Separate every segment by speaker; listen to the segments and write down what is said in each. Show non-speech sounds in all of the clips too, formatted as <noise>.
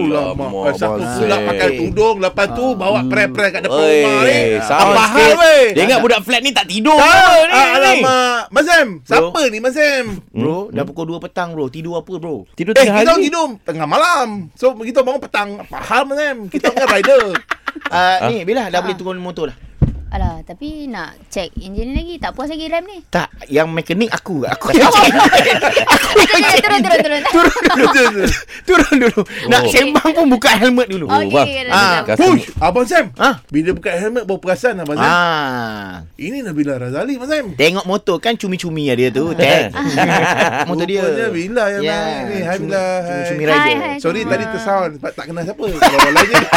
Speaker 1: Wah,
Speaker 2: Satu
Speaker 1: abang
Speaker 2: Eh, pula
Speaker 1: Zaid.
Speaker 2: pakai tudung Lepas tu bawa press-press kat depan
Speaker 1: Oi,
Speaker 2: rumah ni
Speaker 1: Eh, sama
Speaker 2: Apa hal
Speaker 1: sikit.
Speaker 2: weh
Speaker 1: Dia ingat budak flat ni tak tidur
Speaker 2: Ah,
Speaker 1: ke ni,
Speaker 2: ah,
Speaker 1: ni?
Speaker 2: Alamak Mas Sam Siapa ni Mas Sam
Speaker 3: Bro, dah pukul 2 petang bro. Tidur apa bro?
Speaker 1: Tidur
Speaker 2: Eh
Speaker 1: tengah
Speaker 2: kita orang
Speaker 1: hari.
Speaker 2: tidur Tengah malam So kita bangun petang Apa hal Mas Sam Kita orang kan
Speaker 1: <laughs>
Speaker 2: rider
Speaker 3: Uh, Ni, bila dah boleh turun motor lah?
Speaker 4: Alah, tapi nak check enjin lagi. Tak puas lagi rem ni.
Speaker 3: <laughs> Tak, yang mekanik aku. Aku yang cek. aku yang
Speaker 4: Okay,
Speaker 3: cek.
Speaker 4: turun, turun, turun.
Speaker 3: Turun dulu. Turun dulu. Nak sembang pun buka helmet dulu.
Speaker 4: Oh,
Speaker 1: bang.
Speaker 4: okay, okay,
Speaker 3: Ah,
Speaker 4: okay.
Speaker 1: Custom-
Speaker 2: Push Abang Sam
Speaker 1: Ha?
Speaker 3: Ah.
Speaker 2: Bila buka helmet Bawa perasan Abang Sam
Speaker 3: Ah.
Speaker 2: Ini Nabila Razali Mas Sam
Speaker 3: Tengok motor kan cumi-cumi lah dia
Speaker 1: Ah.
Speaker 3: tu.
Speaker 1: Eh.
Speaker 3: Tag.
Speaker 4: Ah.
Speaker 3: <laughs> motor
Speaker 2: Ah.
Speaker 3: dia.
Speaker 2: Rupanya Bila yang
Speaker 3: Ya,
Speaker 2: naik ni Hai
Speaker 3: cumi-
Speaker 2: Bila
Speaker 3: cumi-cumi
Speaker 2: Hai.
Speaker 3: raya.
Speaker 4: Hai, hai.
Speaker 2: Sorry
Speaker 4: semua.
Speaker 2: tadi tersound Sebab tak kenal
Speaker 1: <laughs>
Speaker 2: siapa Kalau orang lain
Speaker 1: <laughs>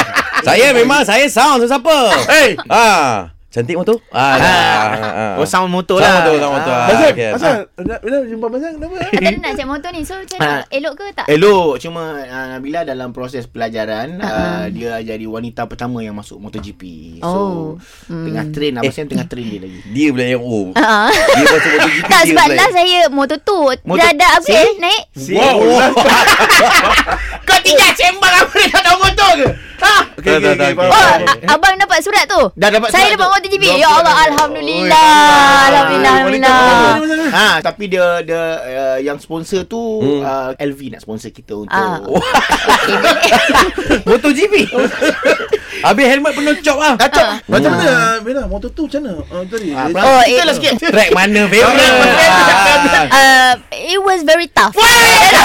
Speaker 1: Saya memang saya sound tu siapa?
Speaker 2: Hey
Speaker 1: Ah, cantik motor? Ah, dah. Ah, ah.
Speaker 3: Oh, sound
Speaker 1: Sound
Speaker 3: motor lah.
Speaker 1: motor, sound motor.
Speaker 3: Ah.
Speaker 2: Mas Sam
Speaker 1: okay.
Speaker 2: Asal Bila jumpa Mas Sam kenapa
Speaker 4: Kata dia nak check motor ni. So, macam mana?
Speaker 3: Ah.
Speaker 4: Elok ke tak?
Speaker 3: Elok cuma uh, Nabila dalam proses pelajaran uh,
Speaker 4: Ah.
Speaker 3: dia jadi wanita pertama yang masuk MotoGP. So
Speaker 4: Oh, Eh.
Speaker 3: mm. tengah train lah Abang Sam tengah train dia lagi.
Speaker 1: Dia pula yang oh.
Speaker 4: Ah.
Speaker 1: Dia masuk MotoGP
Speaker 4: Tak,
Speaker 1: dia
Speaker 4: sebab
Speaker 1: pula.
Speaker 4: last saya motor tu.
Speaker 3: Motor-
Speaker 4: Dah dah upgrade
Speaker 3: See?
Speaker 4: naik.
Speaker 1: <laughs>
Speaker 2: Wow
Speaker 3: <laughs> Kau tinggal sembang apa dia tak tahu motor ke? Ha?
Speaker 2: Okay okay okay
Speaker 1: Tak, tak, tak.
Speaker 2: faham,
Speaker 4: Oh,
Speaker 2: faham.
Speaker 4: a- abang dapat surat tu?
Speaker 3: Dah dapat
Speaker 4: Saya
Speaker 3: surat
Speaker 4: dapat
Speaker 3: tu.
Speaker 4: motor GP.
Speaker 3: Dah
Speaker 4: Ya
Speaker 3: dapat ya
Speaker 4: Allah,
Speaker 3: surat.
Speaker 4: Alhamdulillah.
Speaker 3: Oi,
Speaker 4: Alhamdulillah, Alhamdulillah.
Speaker 3: Oh, Ha, tapi dia dia uh, yang sponsor tu hmm. uh, LV nak sponsor kita untuk
Speaker 4: Ah.
Speaker 3: ah. oh.
Speaker 1: MotoGP. <laughs> Habis helmet penuh cop
Speaker 2: <laughs>
Speaker 1: ah.
Speaker 3: kacau.
Speaker 2: Macam mana ah, Bila motor tu macam mana Ah, Tadi
Speaker 3: Ah,
Speaker 2: eh,
Speaker 3: oh,
Speaker 4: Oh,
Speaker 3: kita
Speaker 4: eh.
Speaker 3: lah sikit.
Speaker 1: Track mana favorite? Ah.
Speaker 4: <laughs> Uh, it was very tough.
Speaker 3: ya,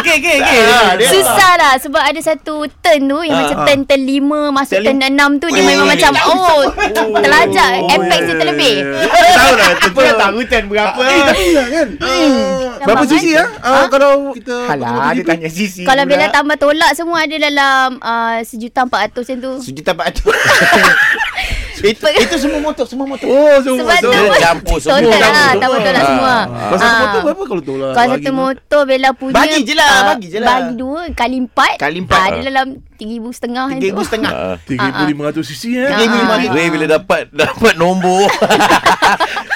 Speaker 1: Okey okey okey.
Speaker 3: Ah, dia-
Speaker 4: <laughs> Susah lah Sebab ada satu turn tu Yang
Speaker 1: Ah,
Speaker 4: macam
Speaker 1: ah.
Speaker 4: turn turn 5 Masuk
Speaker 3: Ha, Turn
Speaker 4: turn 6 tu Dia
Speaker 3: Wih,
Speaker 4: memang macam
Speaker 3: tahu
Speaker 4: Oh Terlajak
Speaker 2: Oh,
Speaker 4: Apex
Speaker 2: ya,
Speaker 4: dia
Speaker 2: ya,
Speaker 4: terlebih
Speaker 2: ya, ya. Tak Tahu lah
Speaker 3: Aku dah tahu ten berapa.
Speaker 2: Eh tapi lah kan Ah, Berapa
Speaker 4: Nampak,
Speaker 2: sisi
Speaker 4: kan?
Speaker 2: ah Ah, Kalau kita
Speaker 3: Alah, dia tanya sisi.
Speaker 4: Kalau bila tambah tolak Semua ada dalam uh, Sejuta empat ratus macam tu
Speaker 3: Sejuta empat <laughs> ratus. itu, itu semua motor, semua motor.
Speaker 2: Oh semua eh,
Speaker 4: Sebab tu
Speaker 2: tu
Speaker 1: Dia campur semua.
Speaker 4: Total lah
Speaker 2: Campur
Speaker 4: Tambah
Speaker 2: semua.
Speaker 4: tolak
Speaker 1: Ah,
Speaker 4: semua
Speaker 1: ah.
Speaker 2: Pasal
Speaker 4: Ah.
Speaker 2: motor berapa kalau tolak
Speaker 4: Kalau
Speaker 2: Bagi
Speaker 4: satu
Speaker 2: tu.
Speaker 4: motor Bella punya
Speaker 3: Bagi je lah,
Speaker 4: ah,
Speaker 3: bagi je lah.
Speaker 4: Bagi dua Kali empat
Speaker 3: Kali empat.
Speaker 4: ah, Dia dalam Tiga ribu setengah
Speaker 3: Tiga ribu setengah.
Speaker 1: Ah.
Speaker 2: 3500 cc eh
Speaker 4: Ah, ah.
Speaker 1: Ray bila dapat <laughs> dapat
Speaker 3: <laughs>
Speaker 1: nombor.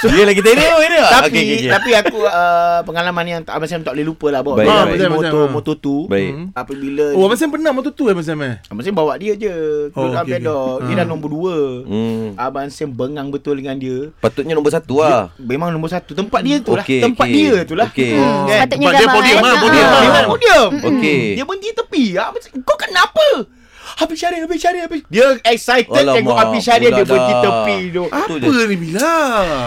Speaker 1: dia lagi tengok dia.
Speaker 3: Tapi
Speaker 1: ah, Okey,
Speaker 3: okay,
Speaker 1: okey, okey.
Speaker 3: tapi aku uh, pengalaman yang tak abang Sam tak boleh lupa lah bawa
Speaker 1: Baik,
Speaker 3: Bila
Speaker 1: baik.
Speaker 3: beli
Speaker 2: Betul,
Speaker 3: motor
Speaker 2: betul.
Speaker 3: motor tu hmm.
Speaker 1: Baik.
Speaker 3: apabila
Speaker 2: Oh Abang Sam pernah motor tu eh Abang Sam eh
Speaker 3: abang Sam bawa dia je
Speaker 2: Oh,
Speaker 3: ke oh,
Speaker 2: okey,
Speaker 3: okay,
Speaker 2: okey.
Speaker 3: dia
Speaker 2: Ah.
Speaker 3: dah nombor dua
Speaker 1: Hmm.
Speaker 3: abang Sam bengang betul dengan dia
Speaker 1: Patutnya nombor satu lah.
Speaker 3: memang nombor satu tempat dia tu lah
Speaker 1: Okey,
Speaker 3: tempat
Speaker 1: okey.
Speaker 3: dia tu lah
Speaker 1: Okey.
Speaker 3: Hmm, kan?
Speaker 4: Sepatutnya
Speaker 2: Sebab dia
Speaker 4: gambar
Speaker 2: podium lah,
Speaker 4: Ah,
Speaker 2: podium
Speaker 4: ah.
Speaker 2: lah.
Speaker 3: memang
Speaker 1: Ah.
Speaker 3: podium
Speaker 1: Okey.
Speaker 3: dia berhenti tepi abang Sam, kau kenapa Habis Syariah, Habis Syariah, Habis Dia excited
Speaker 1: Alamak,
Speaker 3: tengok Habis Syariah dia
Speaker 1: budak
Speaker 3: berhenti
Speaker 1: dah.
Speaker 3: tepi tu
Speaker 4: Ah.
Speaker 1: Apa
Speaker 2: Apa ni Bila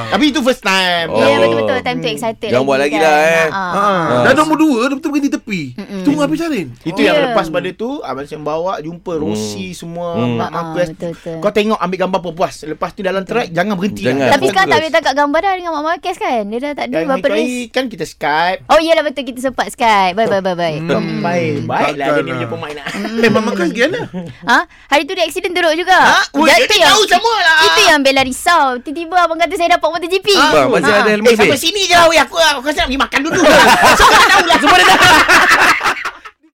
Speaker 3: Tapi itu first time
Speaker 4: Ya
Speaker 1: Oh.
Speaker 4: betul-betul Time tu excited
Speaker 1: Jangan buat lagi
Speaker 4: kan.
Speaker 1: lah, eh.
Speaker 4: Ah, ah.
Speaker 2: Ah, Dah nombor dua Dah betul berhenti tepi Tunggu habis Sarin
Speaker 3: Itu
Speaker 4: Oh.
Speaker 3: yang
Speaker 4: Ya.
Speaker 3: lepas pada tu Abang Sam bawa Jumpa Rossi semua
Speaker 1: Hmm.
Speaker 3: Mak
Speaker 4: Ah,
Speaker 3: Marquez
Speaker 4: betul-betul.
Speaker 3: Kau tengok ambil gambar puas-puas Lepas tu dalam track Jangan berhenti
Speaker 1: Jangan.
Speaker 3: lah.
Speaker 4: Tapi sekarang tak
Speaker 1: Fokus.
Speaker 4: boleh tangkap gambar dah Dengan Mak Marquez kan Dia dah tak ada
Speaker 3: Dan
Speaker 4: berapa race
Speaker 3: kecuali Kan kita Skype
Speaker 4: Oh iyalah betul kita sempat Skype. Bye bye bye bye.
Speaker 3: Hmm. Baik Baik lah dia
Speaker 2: Takkan
Speaker 3: ni
Speaker 2: lah.
Speaker 3: punya permainan
Speaker 2: Memang makan sekian lah
Speaker 4: Ha? Hari tu dia aksiden teruk juga.
Speaker 3: Ha? Ui,
Speaker 4: Dah
Speaker 3: dia
Speaker 4: tu
Speaker 3: tak tahu semua lah.
Speaker 4: Itu yang Bella risau. Tiba-tiba abang kata saya dapat MotoGP.
Speaker 1: Bang, masih
Speaker 4: Ah.
Speaker 1: ada
Speaker 3: Eh
Speaker 1: helmet
Speaker 3: sampai
Speaker 1: Ray. <laughs>
Speaker 3: sini je lah weh. Aku, aku rasa nak pergi makan dulu Semua dah tahu lah Semua dah tahu